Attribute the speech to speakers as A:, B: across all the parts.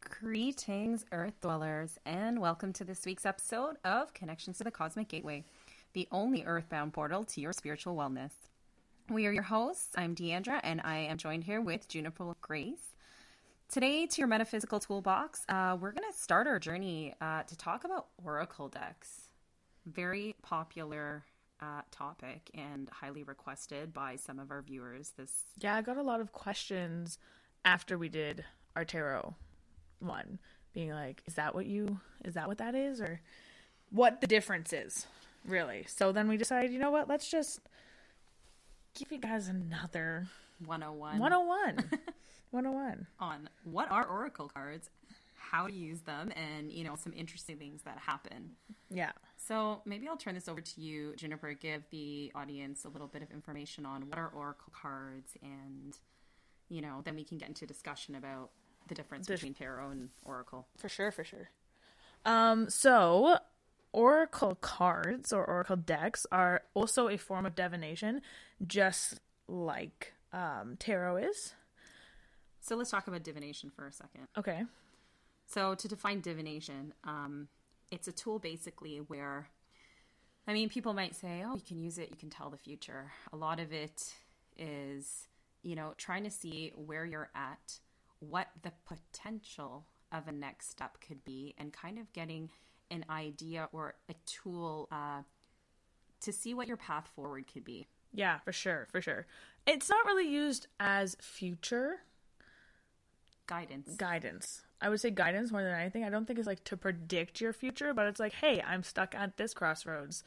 A: Greetings, Earth dwellers, and welcome to this week's episode of Connections to the Cosmic Gateway, the only earthbound portal to your spiritual wellness. We are your hosts. I'm Deandra, and I am joined here with Juniper Grace. Today, to your metaphysical toolbox, uh, we're going to start our journey uh, to talk about oracle decks. Very popular uh, topic and highly requested by some of our viewers this
B: Yeah, I got a lot of questions after we did our tarot one, being like, "Is that what you? Is that what that is, or what the difference is, really?" So then we decided, you know what? Let's just give you guys another
A: 101.
B: 101. 101.
A: on what are oracle cards, how to use them, and you know some interesting things that happen.
B: Yeah.
A: So maybe I'll turn this over to you, Juniper. Give the audience a little bit of information on what are oracle cards, and you know then we can get into discussion about the difference between tarot and oracle.
B: For sure, for sure. Um, so oracle cards or oracle decks are also a form of divination, just like um, tarot is.
A: So let's talk about divination for a second.
B: Okay.
A: So to define divination, um, it's a tool basically where, I mean, people might say, "Oh, you can use it. You can tell the future." A lot of it is, you know, trying to see where you're at, what the potential of a next step could be, and kind of getting an idea or a tool uh, to see what your path forward could be.
B: Yeah, for sure, for sure. It's not really used as future
A: Guidance.
B: guidance. I would say guidance more than anything. I don't think it's like to predict your future, but it's like, hey, I'm stuck at this crossroads.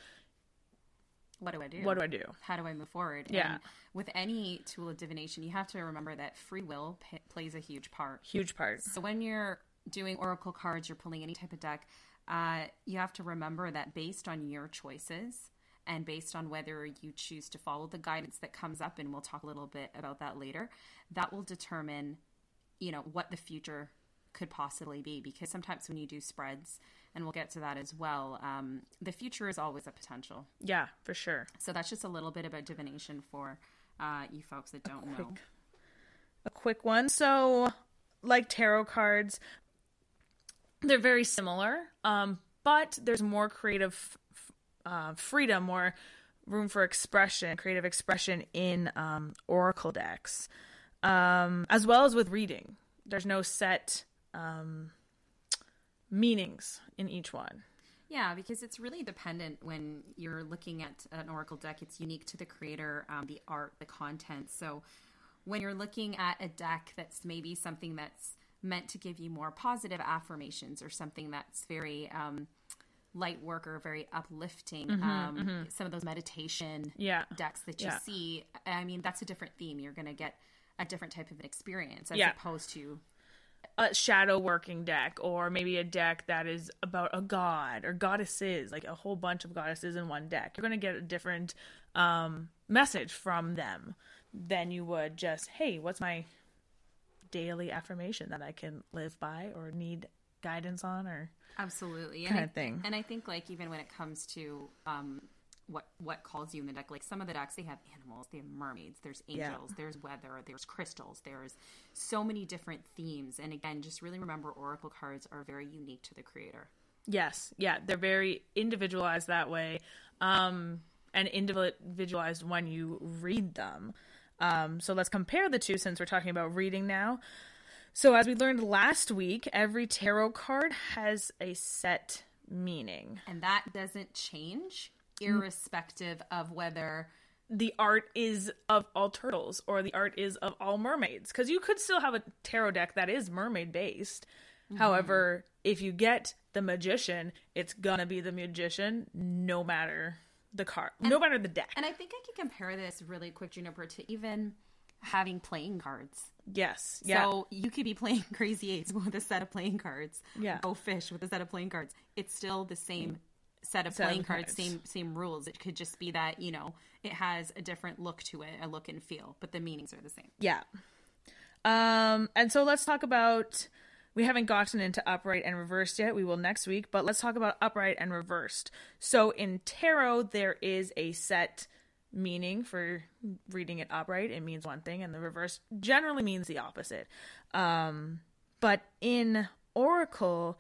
A: What do I do?
B: What do I do?
A: how do I move forward?
B: Yeah.
A: And with any tool of divination, you have to remember that free will p- plays a huge part.
B: Huge part.
A: So when you're doing oracle cards, you're pulling any type of deck, uh, you have to remember that based on your choices and based on whether you choose to follow the guidance that comes up, and we'll talk a little bit about that later, that will determine, you know, what the future could possibly be. Because sometimes when you do spreads, and we'll get to that as well, um, the future is always a potential.
B: Yeah, for sure.
A: So that's just a little bit about divination for uh, you folks that don't know.
B: a quick one. So, like tarot cards, they're very similar, um, but there's more creative f- uh, freedom, more room for expression, creative expression in um, oracle decks, um, as well as with reading. There's no set um, meanings in each one.
A: Yeah, because it's really dependent when you're looking at an oracle deck. It's unique to the creator, um, the art, the content. So when you're looking at a deck that's maybe something that's meant to give you more positive affirmations or something that's very um, light work or very uplifting, um, some of those meditation
B: Mm-hmm, Yeah.
A: decks that you
B: Yeah.
A: see, I mean, that's a different theme. You're going to get a different type of an experience as
B: Yeah.
A: opposed to
B: a shadow working deck or maybe a deck that is about a god or goddesses like a whole bunch of goddesses in one deck you're going to get a different um, message from them than you would just hey what's my daily affirmation that i can live by or need guidance on or
A: absolutely
B: Kinda
A: and I,
B: thing.
A: And I think like even when it comes to um, what what calls you in the deck, like some of the decks they have animals, they have mermaids, there's angels, there's weather, there's crystals, there's so many different themes. And again, just really remember oracle cards are very unique to the creator.
B: Yes, yeah, they're very individualized that way, um, and individualized when you read them. Um, so let's compare the two since we're talking about reading now. So as we learned last week, every tarot card has a set meaning.
A: And that doesn't change
B: Mm.
A: irrespective of whether
B: The art is of all turtles, or the art is of all mermaids, because you could still have a tarot deck that is mermaid based.
A: Mm-hmm.
B: However, if you get the magician, it's gonna be the magician, no matter the card, no matter the deck.
A: and I think I could compare this really quick, Juniper, to even having playing cards.
B: Yes. Yeah.
A: So you could be playing Crazy Eights with a set of playing cards.
B: Yeah.
A: Go fish with a set of playing cards. It's still the same set of
B: Set of
A: playing cards,
B: cards.
A: same same rules. It could just be that, you know, it has a different look to it, a look and feel, but the meanings are the same.
B: yeah. Um, and so let's talk about. We haven't gotten into upright and reversed yet. We will next week, but let's talk about upright and reversed. So in tarot, there is a set meaning for reading it upright. It means one thing, and the reverse generally means the opposite. Um, but in oracle,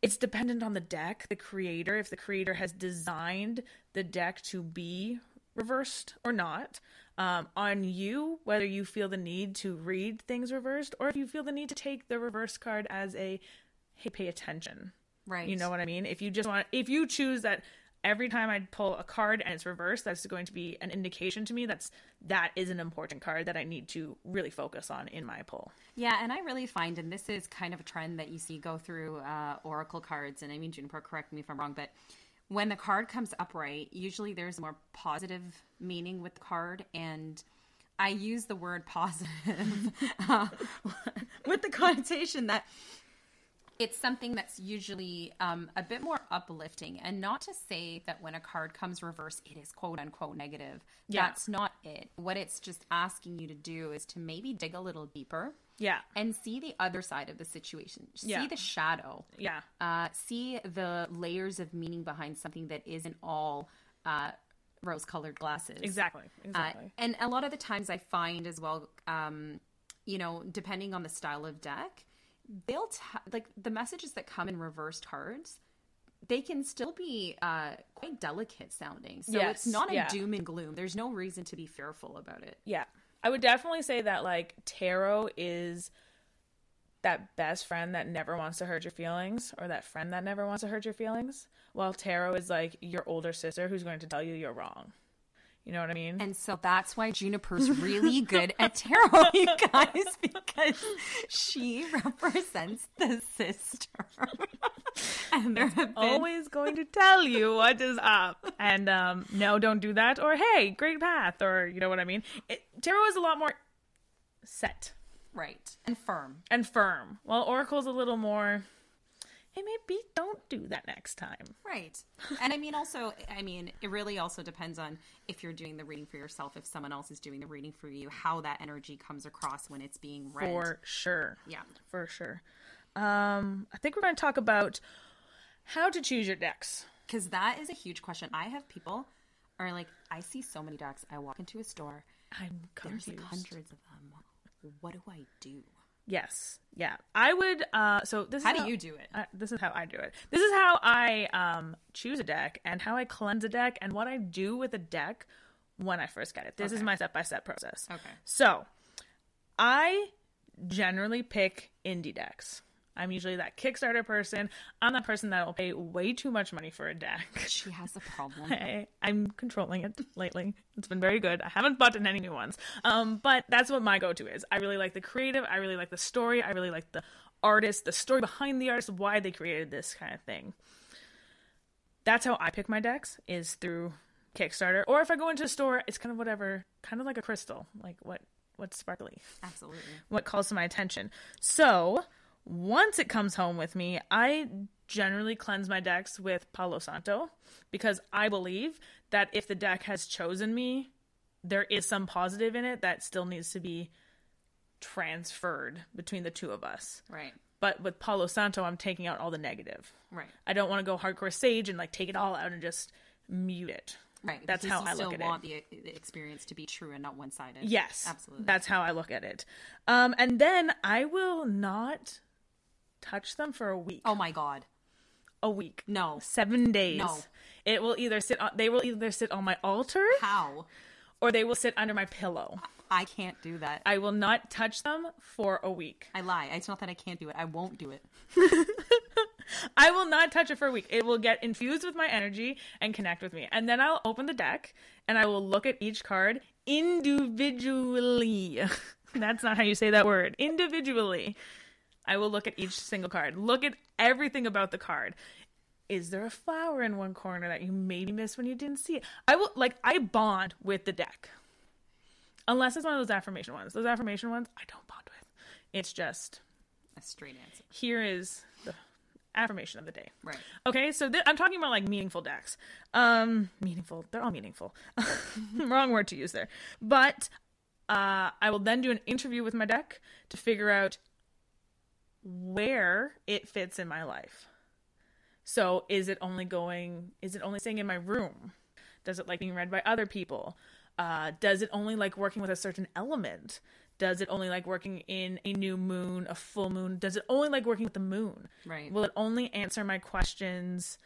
B: it's dependent on the deck, the creator, if the creator has designed the deck to be reversed or not. Um, on you, whether you feel the need to read things reversed or if you feel the need to take the reverse card as a hey, pay attention.
A: Right.
B: You know what I mean? If you just want, if you choose that every time I pull a card and it's reversed, that's going to be an indication to me that's that is an important card that I need to really focus on in my pull.
A: Yeah, and I really find, and this is kind of a trend that you see go through uh, oracle cards, and I mean, Juniper, correct me if I'm wrong, but when the card comes upright, usually there's more positive meaning with the card, and I use the word positive uh, with the connotation that it's something that's usually um, a bit more uplifting. And not to say that when a card comes reverse, it is quote unquote negative.
B: Yeah.
A: That's not it. What it's just asking you to do is to maybe dig a little deeper
B: Yeah.
A: and see the other side of the situation, see
B: Yeah.
A: the shadow,
B: Yeah.
A: uh, see the layers of meaning behind something that isn't all uh, rose colored glasses.
B: Exactly.
A: Uh,
B: Exactly.
A: and a lot of the times I find as well, um, you know, depending on the style of deck, they'll t- like the messages that come in reversed cards. They can still be uh, quite delicate sounding, so
B: Yes,
A: it's not a
B: yeah.
A: doom and gloom. There's no reason to be fearful about it.
B: yeah. I would definitely say that like tarot is that best friend that never wants to hurt your feelings or that friend that never wants to hurt your feelings. While tarot is like your older sister who's going to tell you you're wrong. You know what I mean?
A: And so that's why Juniper's really good at tarot, you guys, because she represents the sister. and there have been
B: always going to tell you what is up and um no don't do that or hey great path or you know what i mean it, tarot is a lot more set
A: right and firm.
B: and firm while oracle's a little more hey maybe don't do that next time
A: Right. And I mean, also, I mean, it really also depends on if you're doing the reading for yourself, if someone else is doing the reading for you, how that energy comes across when it's being read.
B: for sure
A: yeah.
B: for sure um i think we're going to talk about how to choose your decks
A: Because that is a huge question. I have people are like, I see so many decks. I walk into a store,
B: i'm
A: there's
B: confused
A: like hundreds of them. What do I do?
B: yes yeah i would uh so this
A: How
B: is
A: do you do it?
B: I, this is how I do it. This is how I um, choose a deck and how I cleanse a deck and what I do with a deck when I first get it. This is
A: Okay.
B: my step by step process.
A: Okay.
B: So I generally pick indie decks. I'm usually that Kickstarter person. I'm that person that will pay way too much money for a deck.
A: She has a problem.
B: I, I'm controlling it lately. It's been very good. I haven't bought in any new ones. Um, but that's what my go-to is. I really like the creative. I really like the story. I really like the artist, the story behind the artist, why they created this kind of thing. That's how I pick my decks is through Kickstarter. Or if I go into a store, it's kind of whatever, kind of like a crystal, like what what's sparkly
A: Absolutely.
B: what calls to my attention. So once it comes home with me, I generally cleanse my decks with Palo Santo because I believe that if the deck has chosen me, there is some positive in it that still needs to be transferred between the two of us.
A: Right.
B: But with Palo Santo, I'm taking out all the negative.
A: Right.
B: I don't want to go hardcore sage and like take it all out and just mute it.
A: Right.
B: That's
A: because
B: how I
A: you still
B: look at it.
A: want the, the experience to be true and not one sided.
B: Yes.
A: Absolutely.
B: That's how I look at it. Um, and then I will not touch them for a week.
A: oh my God.
B: A week.
A: No.
B: Seven days.
A: No.
B: It will either sit on, they will either sit on my altar
A: How?
B: or they will sit under my pillow.
A: I can't do that.
B: I will not touch them for a week.
A: I lie. It's not that I can't do it. I won't do it.
B: I will not touch it for a week. It will get infused with my energy and connect with me. And then I'll open the deck and I will look at each card individually. That's not how you say that word. Individually. I will look at each single card. Look at everything about the card. Is there a flower in one corner that you maybe missed when you didn't see it? I will like I bond with the deck. Unless it's one of those affirmation ones. Those affirmation ones I don't bond with. It's just
A: A straight answer.
B: here is the affirmation of the day.
A: Right.
B: Okay, so th- I'm talking about like meaningful decks. Um, meaningful. They're all meaningful. Wrong word to use there. But uh, I will then do an interview with my deck to figure out where it fits in my life. So is it only going? Is it only staying in my room? Does it like being read by other people? Uh, does it only like working with a certain element? Does it only like working in a new moon, a full moon? Does it only like working with the moon?
A: Right.
B: Will it only answer my questions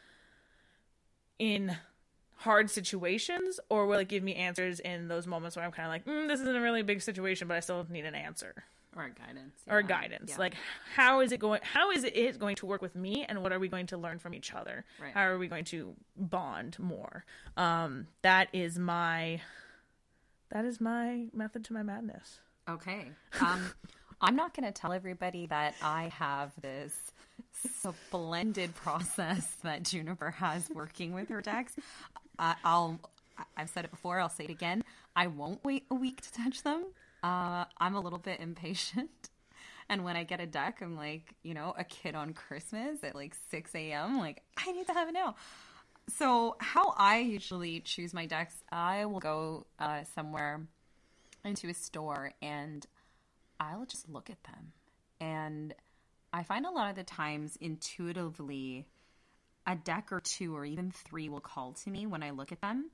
B: in hard situations, or will it give me answers in those moments where I'm kind of like, mm, this isn't a really big situation, but I still need an answer?
A: or guidance.
B: or
A: yeah.
B: guidance.
A: Yeah.
B: Like how is it going how is it is going to work with me and what are we going to learn from each other?
A: Right.
B: How are we going to bond more? Um that is my that is my method to my madness.
A: Okay. Um, I'm not going to tell everybody that I have this splendid process that Juniper has working with her decks. I I'll, I've said it before, I'll say it again. I won't wait a week to touch them. Uh, I'm a little bit impatient. And when I get a deck, I'm like, you know, a kid on Christmas at like 6 a.m. Like, I need to have it now. So, how I usually choose my decks, I will go uh, somewhere into a store and I'll just look at them. And I find a lot of the times intuitively a deck or two or even three will call to me when I look at them.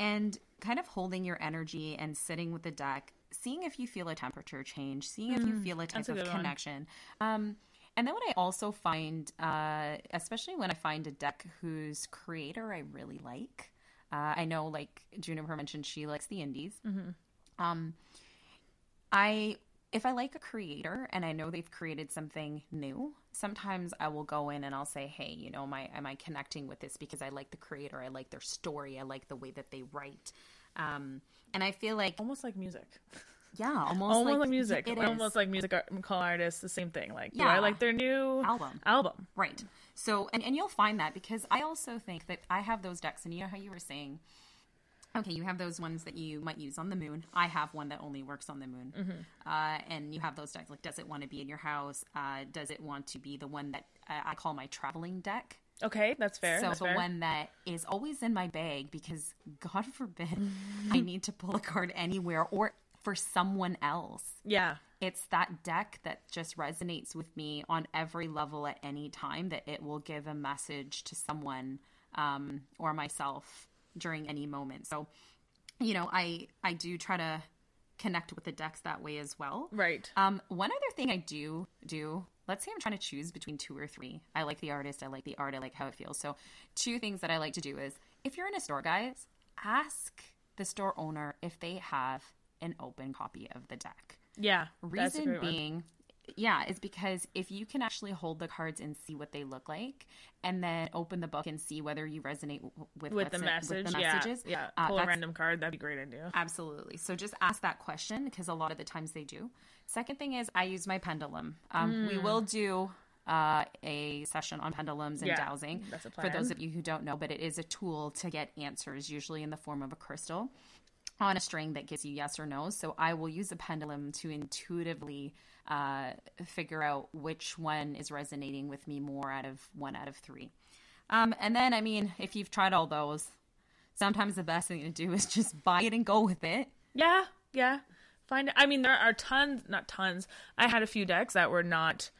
A: And kind of holding your energy and sitting with the deck, seeing if you feel a temperature change, seeing if you feel a type
B: Mm, a
A: of
B: good one.
A: connection. Um, and then what I also find, uh, especially when I find a deck whose creator I really like, uh, I know like Juniper mentioned she likes the indies. Um, I if I like a creator and I know they've created something new, sometimes I will go in and I'll say, "Hey, you know, am I am I connecting with this because I like the creator, I like their story, I like the way that they write." Um, and I feel like,
B: Almost like music.
A: yeah, almost,
B: Almost like,
A: like,
B: music.
A: It is.
B: Almost like music art, call artists, the same thing. Like, do
A: Yeah.
B: I like their new
A: Album.
B: Album.
A: Right. So, and, and you'll find that because I also think that I have those decks, and you know how you were saying, okay, you have those ones that you might use on the moon. I have one that only works on the moon.
B: Mm-hmm.
A: Uh, and you have those decks. Like, does it want to be in your house? Uh, does it want to be the one that uh, I call my traveling deck?
B: Okay, that's fair.
A: So
B: that's
A: the
B: fair.
A: one that is always in my bag because God forbid I need to pull a card anywhere or for someone else
B: yeah.
A: it's that deck that just resonates with me on every level at any time that it will give a message to someone um, or myself during any moment so you know i i do try to connect with the decks that way as well
B: Right.
A: um, one other thing I do do. Let's say I'm trying to choose between two or three. I like the artist. I like the art. I like how it feels. So, two things that I like to do is if you're in a store, guys, ask the store owner if they have an open copy of the deck.
B: Yeah. that's a
A: Reason
B: great one.
A: being, yeah, is because if you can actually hold the cards and see what they look like, and then open the book and see whether you resonate w- with
B: with
A: what's
B: the
A: in-
B: message,
A: with the
B: yeah,
A: messages,
B: yeah,
A: uh,
B: pull a
A: that's-
B: random card. That'd be a great idea.
A: Absolutely. So just ask that question because a lot of the times they do. Second thing is I use my pendulum. Um,
B: Mm.
A: We will do uh, a session on pendulums and
B: Yeah,
A: dowsing
B: that's a
A: for those
B: plan.
A: of you who don't know, but it is a tool to get answers, usually in the form of a crystal on a string that gives you yes or no. So I will use a pendulum to intuitively uh, figure out which one is resonating with me more out of one out of three. Um, and then, I mean, if you've tried all those, sometimes the best thing to do is just buy it and go with it.
B: Yeah, yeah. Find. I mean, there are tons, not tons. I had a few decks that were not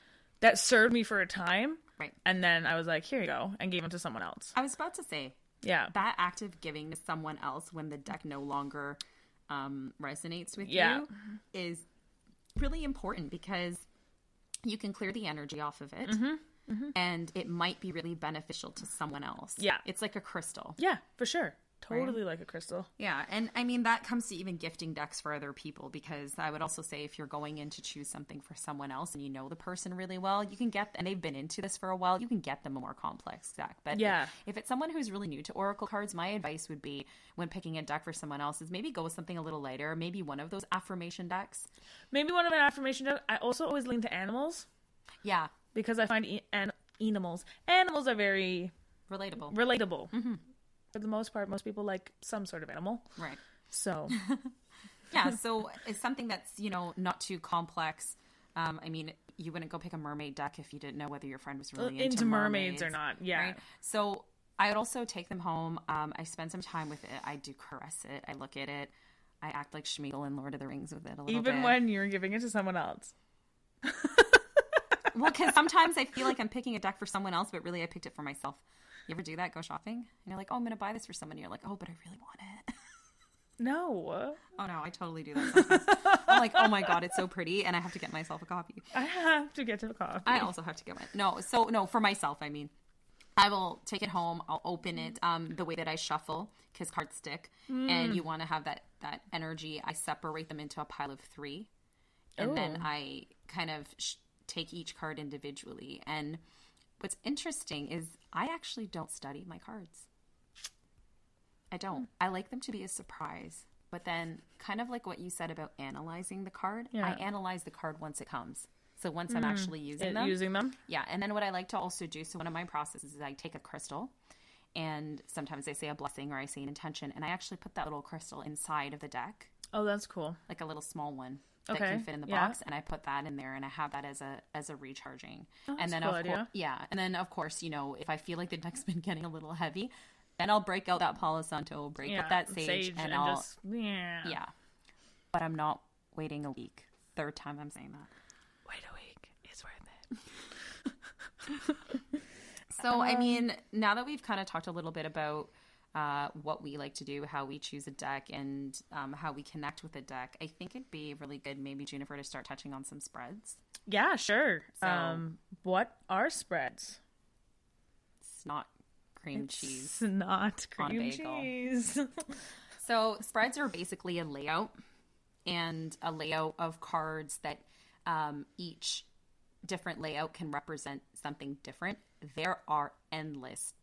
B: that served me for a time,
A: Right.
B: and then I was like, here you go, and gave them to someone else.
A: I was about to say
B: Yeah,
A: that act of giving to someone else when the deck no longer um, resonates with
B: Yeah.
A: you is really important because you can clear the energy off of it.
B: Mm-hmm.
A: And it might be really beneficial to someone else.
B: Yeah.
A: It's like a crystal.
B: yeah, for sure. Totally like a crystal.
A: Yeah, and I mean that comes to even gifting decks for other people because I would also say if you're going in to choose something for someone else and you know the person really well, you can get and they've been into this for a while, you can get them a more complex deck. But
B: Yeah.
A: if it's someone who's really new to oracle cards, my advice would be when picking a deck for someone else is maybe go with something a little lighter, maybe one of those affirmation decks.
B: Maybe one of an affirmation deck. I also always lean to animals
A: Yeah,
B: because I find e- an- animals animals are very
A: relatable.
B: relatable. For the most part, most people like some sort of animal.
A: Right.
B: So
A: yeah so it's something that's you know not too complex um, i mean you wouldn't go pick a mermaid deck if you didn't know whether your friend was really into,
B: Uh, Into mermaids or not, yeah.
A: so i would also take them home um, i spend some time with it i do caress it i look at it i act like Schmiegel in lord of the rings with it a little
B: even
A: bit
B: when you're giving it to someone else,
A: well because sometimes i feel like i'm picking a deck for someone else but really i picked it for myself you ever do that go shopping and you're like oh i'm gonna buy this for someone and you're like oh but i really want it
B: No.
A: Oh no, I totally do that. Sometimes. I'm like, oh my god, it's so pretty, and I have to get myself a copy.
B: I have to get to the coffee.
A: I also have to get one. No, so no for myself. I mean, I will take it home. I'll open it um, the way that I shuffle because cards stick,
B: Mm.
A: and you want to have that that energy. I separate them into a pile of three, and then
B: Ooh.
A: I kind of sh- take each card individually. And what's interesting is I actually don't study my cards. I don't.
B: Hmm.
A: I like them to be a surprise. But then, kind of like what you said about analyzing the card,
B: Yeah. Hmm.
A: I analyze the card once it comes. So once I'm actually using them,
B: Using them.
A: yeah, and then what I like to also do, so one of my processes is I take a crystal and sometimes I say a blessing or I say an intention and I actually put that little crystal inside of the deck,
B: Oh, that's cool.
A: like a little small one that
B: Okay,
A: can fit in the
B: yeah.
A: box and I put that in there and I have that as a as a recharging.
B: Oh, that's
A: and then
B: a cool
A: of course
B: idea.
A: yeah, and then of course, you know, if I feel like the deck's been getting a little heavy, then I'll break out that Palo Santo, break out that sage, and, I'll
B: just yeah.
A: yeah. But I'm not waiting a week. Third time I'm saying that.
B: Wait a week. It's worth it.
A: So, I mean, now that we've kind of talked a little bit about uh, what we like to do, how we choose a deck, and um, how we connect with a deck, I think it'd be really good, maybe Juniper, to start touching on some spreads.
B: Yeah, sure.
A: So-
B: Um, what are spreads?
A: It's not cream cheese.
B: It's not
A: On a
B: cream
A: bagel.
B: cheese.
A: So, spreads are basically a layout and a layout of cards that um, each different layout can represent something different. There are endless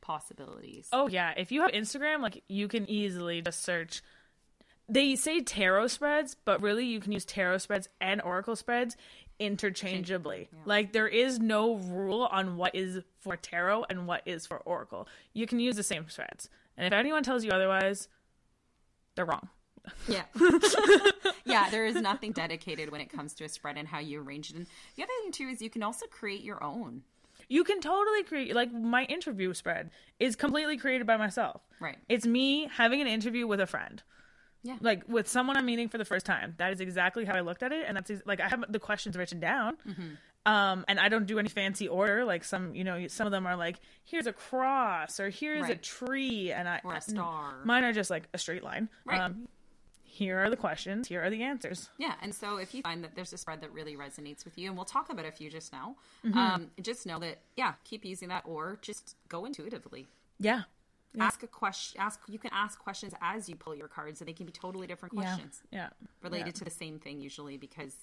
A: possibilities.
B: oh yeah, if you have Instagram, like you can easily just search. They say tarot spreads, but really you can use tarot spreads and oracle spreads interchangeably. Like there is no rule on what is for tarot and what is for oracle. You can use the same spreads. And if anyone tells you otherwise, they're wrong.
A: Yeah. yeah, there is nothing dedicated when it comes to a spread and how you arrange it. And the other thing, too, is you can also create your own.
B: You can totally create like my interview spread is completely created by myself.
A: Right.
B: It's me having an interview with a friend.
A: Yeah.
B: Like with someone I'm meeting for the first time. That is exactly how I looked at it and that's ex- like I have the questions written down.
A: Mm-hmm.
B: Um and I don't do any fancy order like some you know some of them are like here's a cross or here's a
A: Right.
B: tree and I mm,
A: Or a star.
B: Mine are just like a straight line.
A: Right.
B: Um here are the questions, here are the answers.
A: Yeah. And so if you find that there's a spread that really resonates with you, and we'll talk about a few just now,
B: Mm-hmm.
A: um, just know that, yeah, keep using that or just go intuitively.
B: Yeah.
A: Ask a question. Ask You can ask questions as you pull your cards, and they can be totally different questions
B: Yeah.
A: related to the same thing, usually, because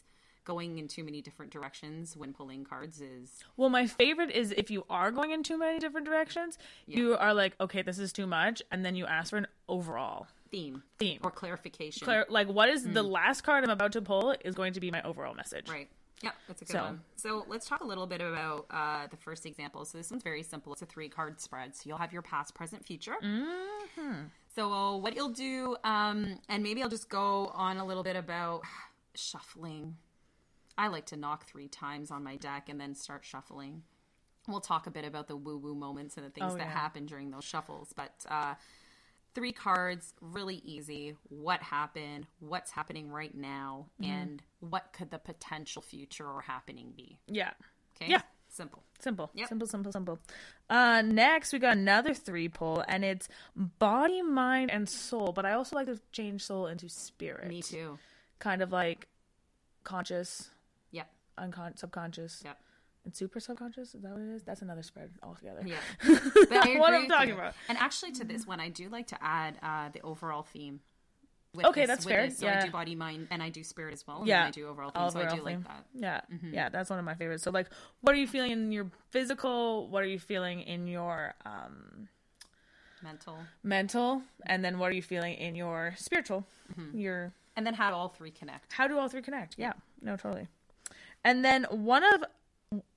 A: going in too many different directions when pulling cards is
B: Well, my favorite is if you are going in too many different directions, you are like, okay, this is too much, and then you ask for an overall
A: theme,
B: Theme.
A: or clarification.
B: Clar- Like, what is the last card I'm about to pull is going to be my overall message.
A: Hmm. Right. Yeah, that's a good
B: So-
A: one. So let's talk a little bit about uh, the first example. So this one's very simple. It's a three card spread. So you'll have your past, present, future.
B: Mm-hmm.
A: So uh, what you'll do, um, and maybe I'll just go on a little bit about shuffling. I like to knock three times on my deck and then start shuffling. We'll talk a bit about the woo woo moments and the things
B: Oh,
A: that
B: yeah.
A: happen during those shuffles. But uh, three cards, really easy. What happened? What's happening right now?
B: Mm-hmm.
A: And what could the potential future or happening be?
B: Yeah.
A: Okay.
B: Yeah.
A: Simple.
B: Simple.
A: Yep.
B: Simple, simple, simple. Uh, next, we got another three pull, and it's body, mind, and soul. But I also like to change soul into spirit.
A: Me too.
B: Kind of like conscious,
A: Yep.
B: uncon- subconscious,
A: Yep.
B: and super subconscious. Is that what it is? That's another spread altogether.
A: Yeah. But I
B: What
A: agree
B: I'm
A: with
B: talking
A: you.
B: about.
A: And actually, to this one, I do like to add uh, the overall theme. With
B: Okay, that's
A: with
B: fair.
A: So I
B: Yeah.
A: do body, mind, and I do spirit as well. And
B: Yeah.
A: then I do overall theme. so I
B: overall
A: do
B: theme.
A: like that. Mm-hmm.
B: Yeah. Yeah, that's one of my favorites. So like what are you feeling in your physical? What are you feeling in your um
A: Mental.
B: mental? And then what are you feeling in your spiritual? Your
A: And then how all three connect.
B: how do all three connect? Yeah. No, totally. And then one of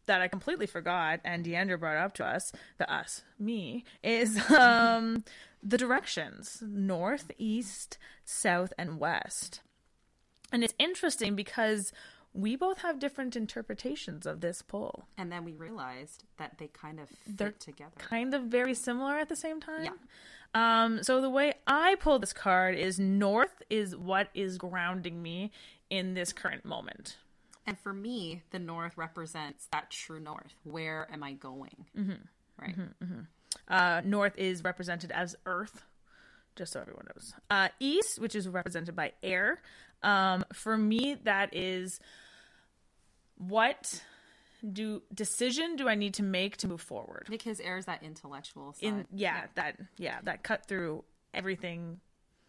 B: that I completely forgot and Deandra brought up to us, the us, me, is um the directions. North, east, south, and west. And it's interesting because we both have different interpretations of this poll.
A: And then we realized that they kind of fit together.
B: Kind of very similar at the same time.
A: Yeah.
B: Um, so the way I pull this card is north is what is grounding me in this current moment.
A: And for me, the north represents that true north. Where am
B: Mm-hmm.
A: I going? Right.
B: Uh, north is represented as earth. just so everyone knows. Uh, East, which is represented by air. Um, for me, that is what do decision do I need to make to move forward?
A: Because air is that intellectual side.
B: In yeah, that yeah that cut through everything.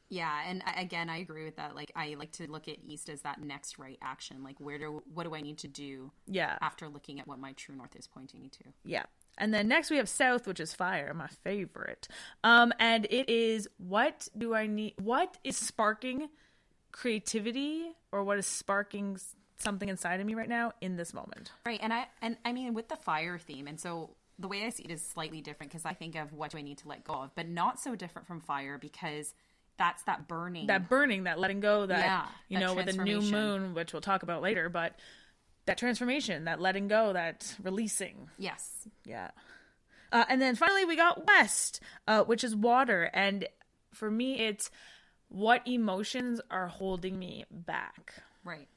A: yeah, and I- again, I agree with that. Like, I like to look at East as that next right action. Like, where do what do I need to do
B: Yeah,
A: after looking at what my true north is pointing me to?
B: yeah. And then next we have South, which is fire, my favorite. Um, and it is what do I need? What is sparking creativity, or what is sparking s- something inside of me right now in this moment?
A: Right, and I and I mean with the fire theme, and so the way I see it is slightly different because I think of what do I need to let go of, but not so different from fire because that's that burning.
B: that burning, that letting go, that
A: Mm. Yeah,
B: you
A: that
B: know, with the new
A: transformation.
B: moon, which we'll talk about later, but that transformation, that letting go, that releasing.
A: yes,
B: Yeah. Uh, and then finally, we got West, uh, which is water. And for me, it's what emotions are holding me back.
A: right.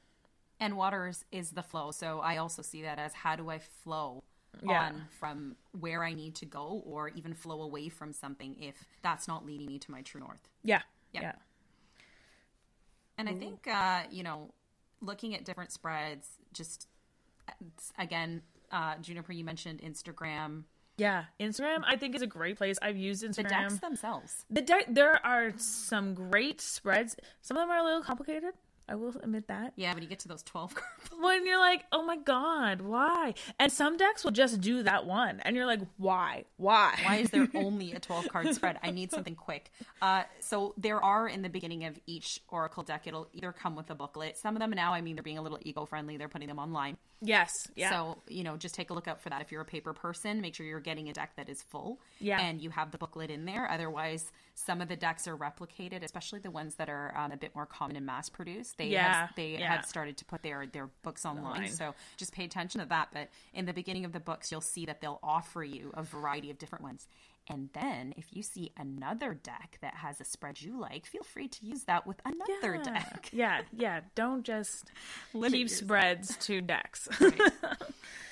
A: And waters is the flow, so I also see that as how do I flow
B: Yeah.
A: on from where I need to go, or even flow away from something if that's not leading me to my true north.
B: Yeah.
A: Yeah.
B: Yeah. Mm-hmm.
A: And I think, uh, you know, looking at different spreads, just uh, again, uh, Juniper, you mentioned Instagram,
B: Yeah. Instagram, I think, is a great place. I've used Instagram.
A: the decks themselves.
B: The di- there are some great spreads. Some of them are a little complicated. I will admit that.
A: Yeah, when you get to those 12 cards.
B: when you're like, oh my god, why? And some decks will just do that one, and you're like, why, why,
A: Why is there only a 12 card spread? I need something quick. Uh, so there are in the beginning of each Oracle deck, it'll either come with a booklet. Some of them now, I mean, they're being a little eco friendly, they're putting them online.
B: Yes, yeah,
A: So, you know, just take a look out for that. If you're a paper person, make sure you're getting a deck that is full
B: Yeah.
A: and you have the booklet in there. Otherwise, some of the decks are replicated, especially the ones that are um, a bit more common and mass produced. They
B: Yeah,
A: have, they
B: yeah.
A: have started to put their, their books online.
B: Online.
A: So just pay attention to that. But in the beginning of the books, you'll see that they'll offer you a variety of different ones. And then if you see another deck that has a spread you like, feel free to use that with another
B: yeah.
A: deck.
B: yeah, yeah. Don't just
A: Limit
B: keep
A: yourself.
B: spreads to decks.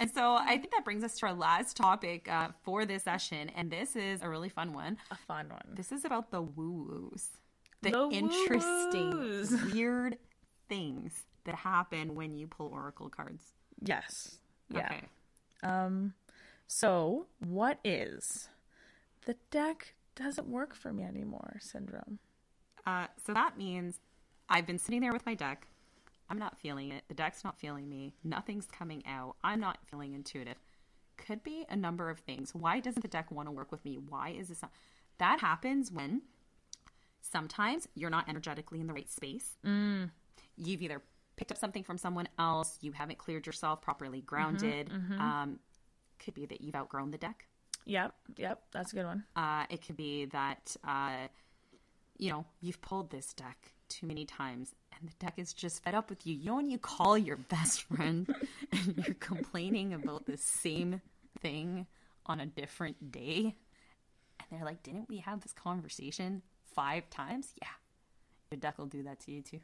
A: And so I think that brings us to our last topic uh, for this session. And this is a really fun one.
B: a fun one.
A: This is about the woo woos, the,
B: The
A: interesting,
B: woo-woos.
A: weird things that happen when you pull oracle cards.
B: Yes, yeah.
A: Okay.
B: Um, so what is the deck doesn't work for me anymore syndrome?
A: Uh, so that means I've been sitting there with my deck. I'm not feeling it. The deck's not feeling me. Nothing's coming out. I'm not feeling intuitive. Could be a number of things. Why doesn't the deck want to work with me? Why is this not? That happens when sometimes you're not energetically in the right space. You've either picked up something from someone else, you haven't cleared yourself properly grounded. Um, could be that you've outgrown the deck.
B: Yep, yep. That's a good one.
A: Uh, it could be that, uh, you know, you've pulled this deck too many times and the deck is just fed up with you. You know, when you call your best friend and you're complaining about the same thing on a different day, and they're like, didn't we have this conversation five times? Yeah. Your deck will do that to you too.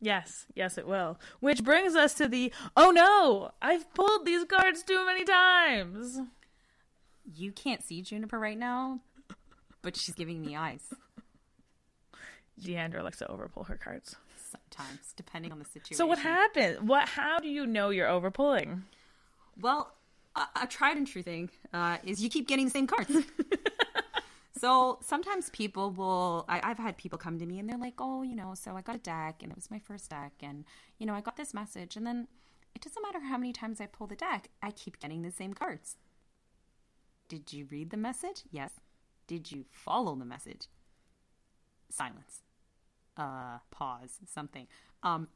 B: Yes, yes, it will. Which brings us to the oh no, I've pulled these cards too many times.
A: You can't see Juniper right now, but she's giving me eyes
B: Deandra likes to overpull her cards.
A: sometimes, depending on the situation.
B: So what happened? What? How do you know you're overpulling?
A: Well, a, a tried and true thing uh, is you keep getting the same cards. so sometimes people will. I, I've had people come to me and they're like, "Oh, you know, so I got a deck and it was my first deck, and you know, I got this message, and then it doesn't matter how many times I pull the deck, I keep getting the same cards." Did you read the message? Yes. Did you follow the message? Silence. Uh, pause. Something. Um,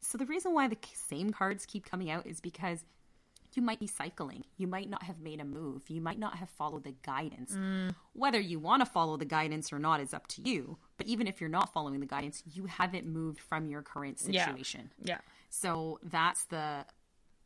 A: so the reason why the same cards keep coming out is because you might be cycling. You might not have made a move. You might not have followed the guidance. Whether you want to follow the guidance or not is up to you. But even if you're not following the guidance, you haven't moved from your current
B: Yeah.
A: situation.
B: Yeah,
A: So that's the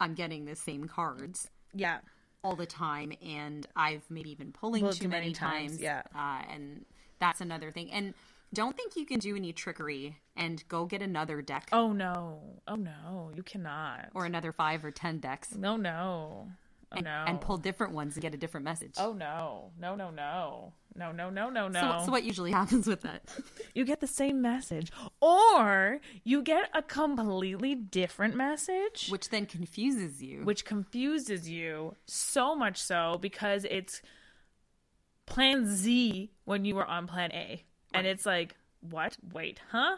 A: I'm getting the same cards
B: yeah,
A: all the time and I've maybe been pulling
B: Pulled
A: too many, times.
B: yeah.
A: Uh, and that's another thing. And don't think you can do any trickery and go get another deck
B: Oh no, oh no, you cannot.
A: or another five or ten decks.
B: no, no, Oh,
A: and,
B: no.
A: and pull different ones and get a different message.
B: Oh no, no, no, no, no, no, no, no, no.
A: So, what- so what usually happens with that?
B: you get the same message, or you get a completely different message,
A: Which then confuses you.
B: which confuses you so much so because it's plan Z when you were on plan A. And it's like, what? Wait, huh?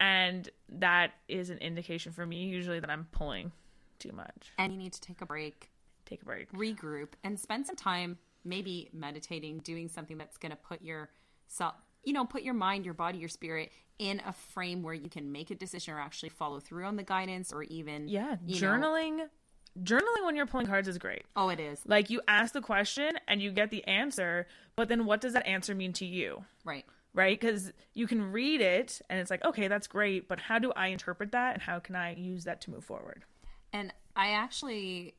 B: And that is an indication for me usually that I'm pulling too much.
A: and you need to take a break,
B: Take a break.
A: regroup, and spend some time maybe meditating, doing something that's going to put your self, you know, put your mind, your body, your spirit in a frame where you can make a decision or actually follow through on the guidance or even
B: Yeah,
A: you know-
B: journaling journaling when you're pulling cards is great.
A: oh, it is.
B: Like you ask the question and you get the answer, but then what does that answer mean to you?
A: Right.
B: right? Because you can read it and it's like, okay, that's great, but how do I interpret that and how can I use that to move forward?
A: And I actually,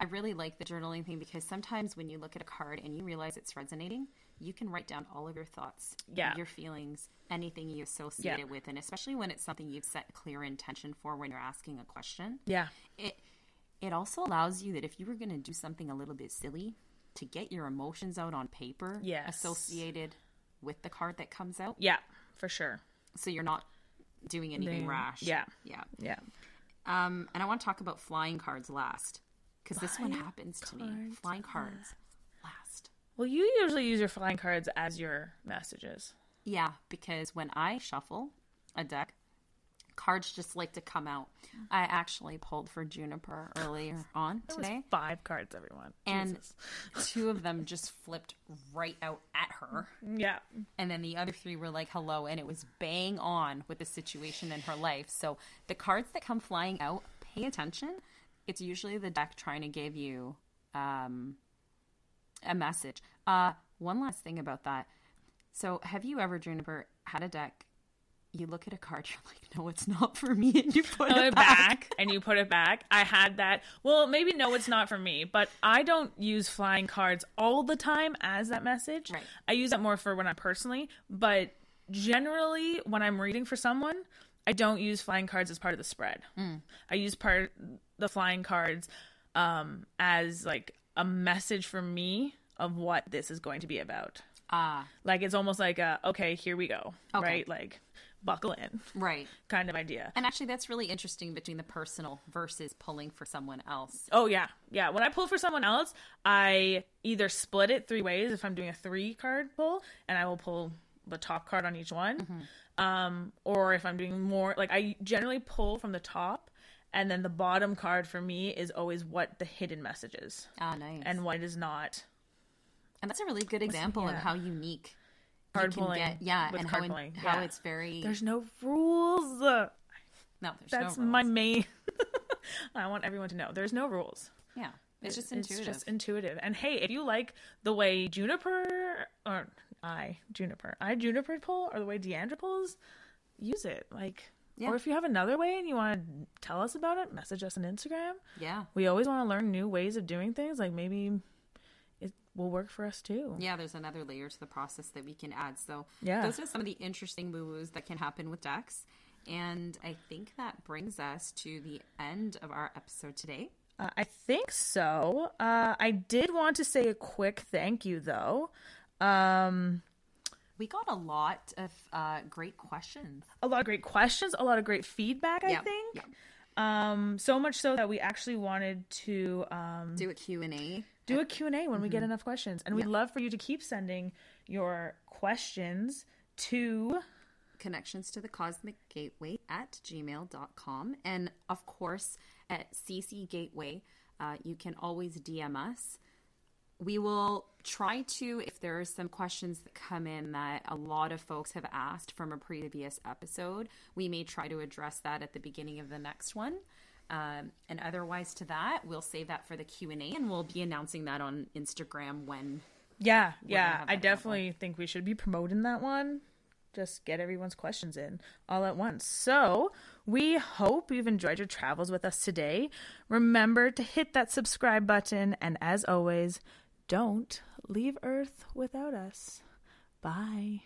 A: I really like the journaling thing because sometimes when you look at a card and you realize it's resonating, you can write down all of your thoughts,
B: Yeah.
A: your feelings, anything you associate it with, and especially when it's something you've set clear intention for when you're asking a question.
B: Yeah.
A: It it also allows you that if you were going to do something a little bit silly, to get your emotions out on paper,
B: Yes.
A: associated with the card that comes out,
B: Yeah, for sure.
A: so you're not doing anything
B: Then-
A: rash.
B: yeah.
A: yeah.
B: Yeah.
A: Um, and I want to talk about flying cards last because this one happens to me. Flying cards last.
B: Well, you usually use your flying cards as your messages.
A: Yeah, because when I shuffle a deck, cards just like to come out. I actually pulled for Juniper earlier on
B: It's
A: today,
B: five cards, everyone.
A: and
B: Jesus.
A: two of them just flipped right out at her.
B: yeah.
A: And then the other three were like, hello. And it was bang on with the situation in her life. So the cards that come flying out, pay attention. It's usually the deck trying to give you um, a message. Uh, one last thing about that. So, have you ever, Juniper, had a deck? You look at a card, you're like, no, it's not for me. And you put,
B: Put Oh, it back and you put it back. I had that. Well, maybe no, it's not for me, but I don't use flying cards all the time as that message.
A: Right.
B: I use that more for when I'm personally, but generally when I'm reading for someone, I don't use flying cards as part of the spread.
A: Mm.
B: I use part the flying cards um, as like a message for me of what this is going to be about.
A: Ah,
B: Like it's almost like a okay, here we go,
A: Okay.
B: right? Like buckle in
A: right.
B: kind of idea.
A: And actually, that's really interesting between the personal versus pulling for someone else.
B: Oh yeah, yeah. When I pull for someone else, I either split it three ways if I'm doing a three card pull, and I will pull the top card on each one, um, or if I'm doing more, like I generally pull from the top, and then the bottom card for me is always what the hidden message is
A: Ah, nice.
B: and what it is not.
A: And that's a really good example of
B: yeah.
A: how unique
B: Card
A: you can
B: pulling,
A: get, yeah,
B: with
A: and
B: card
A: how in-
B: pulling,
A: how
B: yeah.
A: it's very
B: There's no rules. That's
A: no, there's no rules.
B: my main. I want everyone to know there's no rules.
A: yeah, it's just
B: It's
A: intuitive.
B: just intuitive. And hey, if you like the way Juniper or I Juniper, I Juniper pull or the way Deandra pulls, use it. Like,
A: Yeah.
B: or if you have another way and you want to tell us about it, message us on Instagram.
A: yeah,
B: We always want to learn new ways of doing things. Like maybe it will work for us too.
A: yeah. There's another layer to the process that we can add. So
B: Yeah.
A: those are some of the interesting woo woos that can happen with decks. And I think that brings us to the end of our episode today.
B: Uh, I think so. Uh, I did want to say a quick thank you though. Um,
A: We got a lot of uh, great questions.
B: a lot of great questions, a lot of great feedback. I
A: Yeah,
B: think.
A: yeah.
B: Um, so much so that we actually wanted to um,
A: Do a Q and Mm-hmm. A.
B: do a Q&A when we get enough questions. And we'd love for you to keep sending your questions to
A: connections to the cosmic gateway at gmail.com and of course at cc gateway uh, you can always dm us we will try to if there are some questions that come in that a lot of folks have asked from a previous episode we may try to address that at the beginning of the next one um, and otherwise to that we'll save that for the q&a and we'll be announcing that on instagram when
B: Yeah,
A: have
B: yeah.
A: that
B: I
A: happen.
B: definitely think we should be promoting that one. Just get everyone's questions in all at once. So, we hope you've enjoyed your travels with us today. Remember to hit that subscribe button. And as always, don't leave Earth without us. Bye.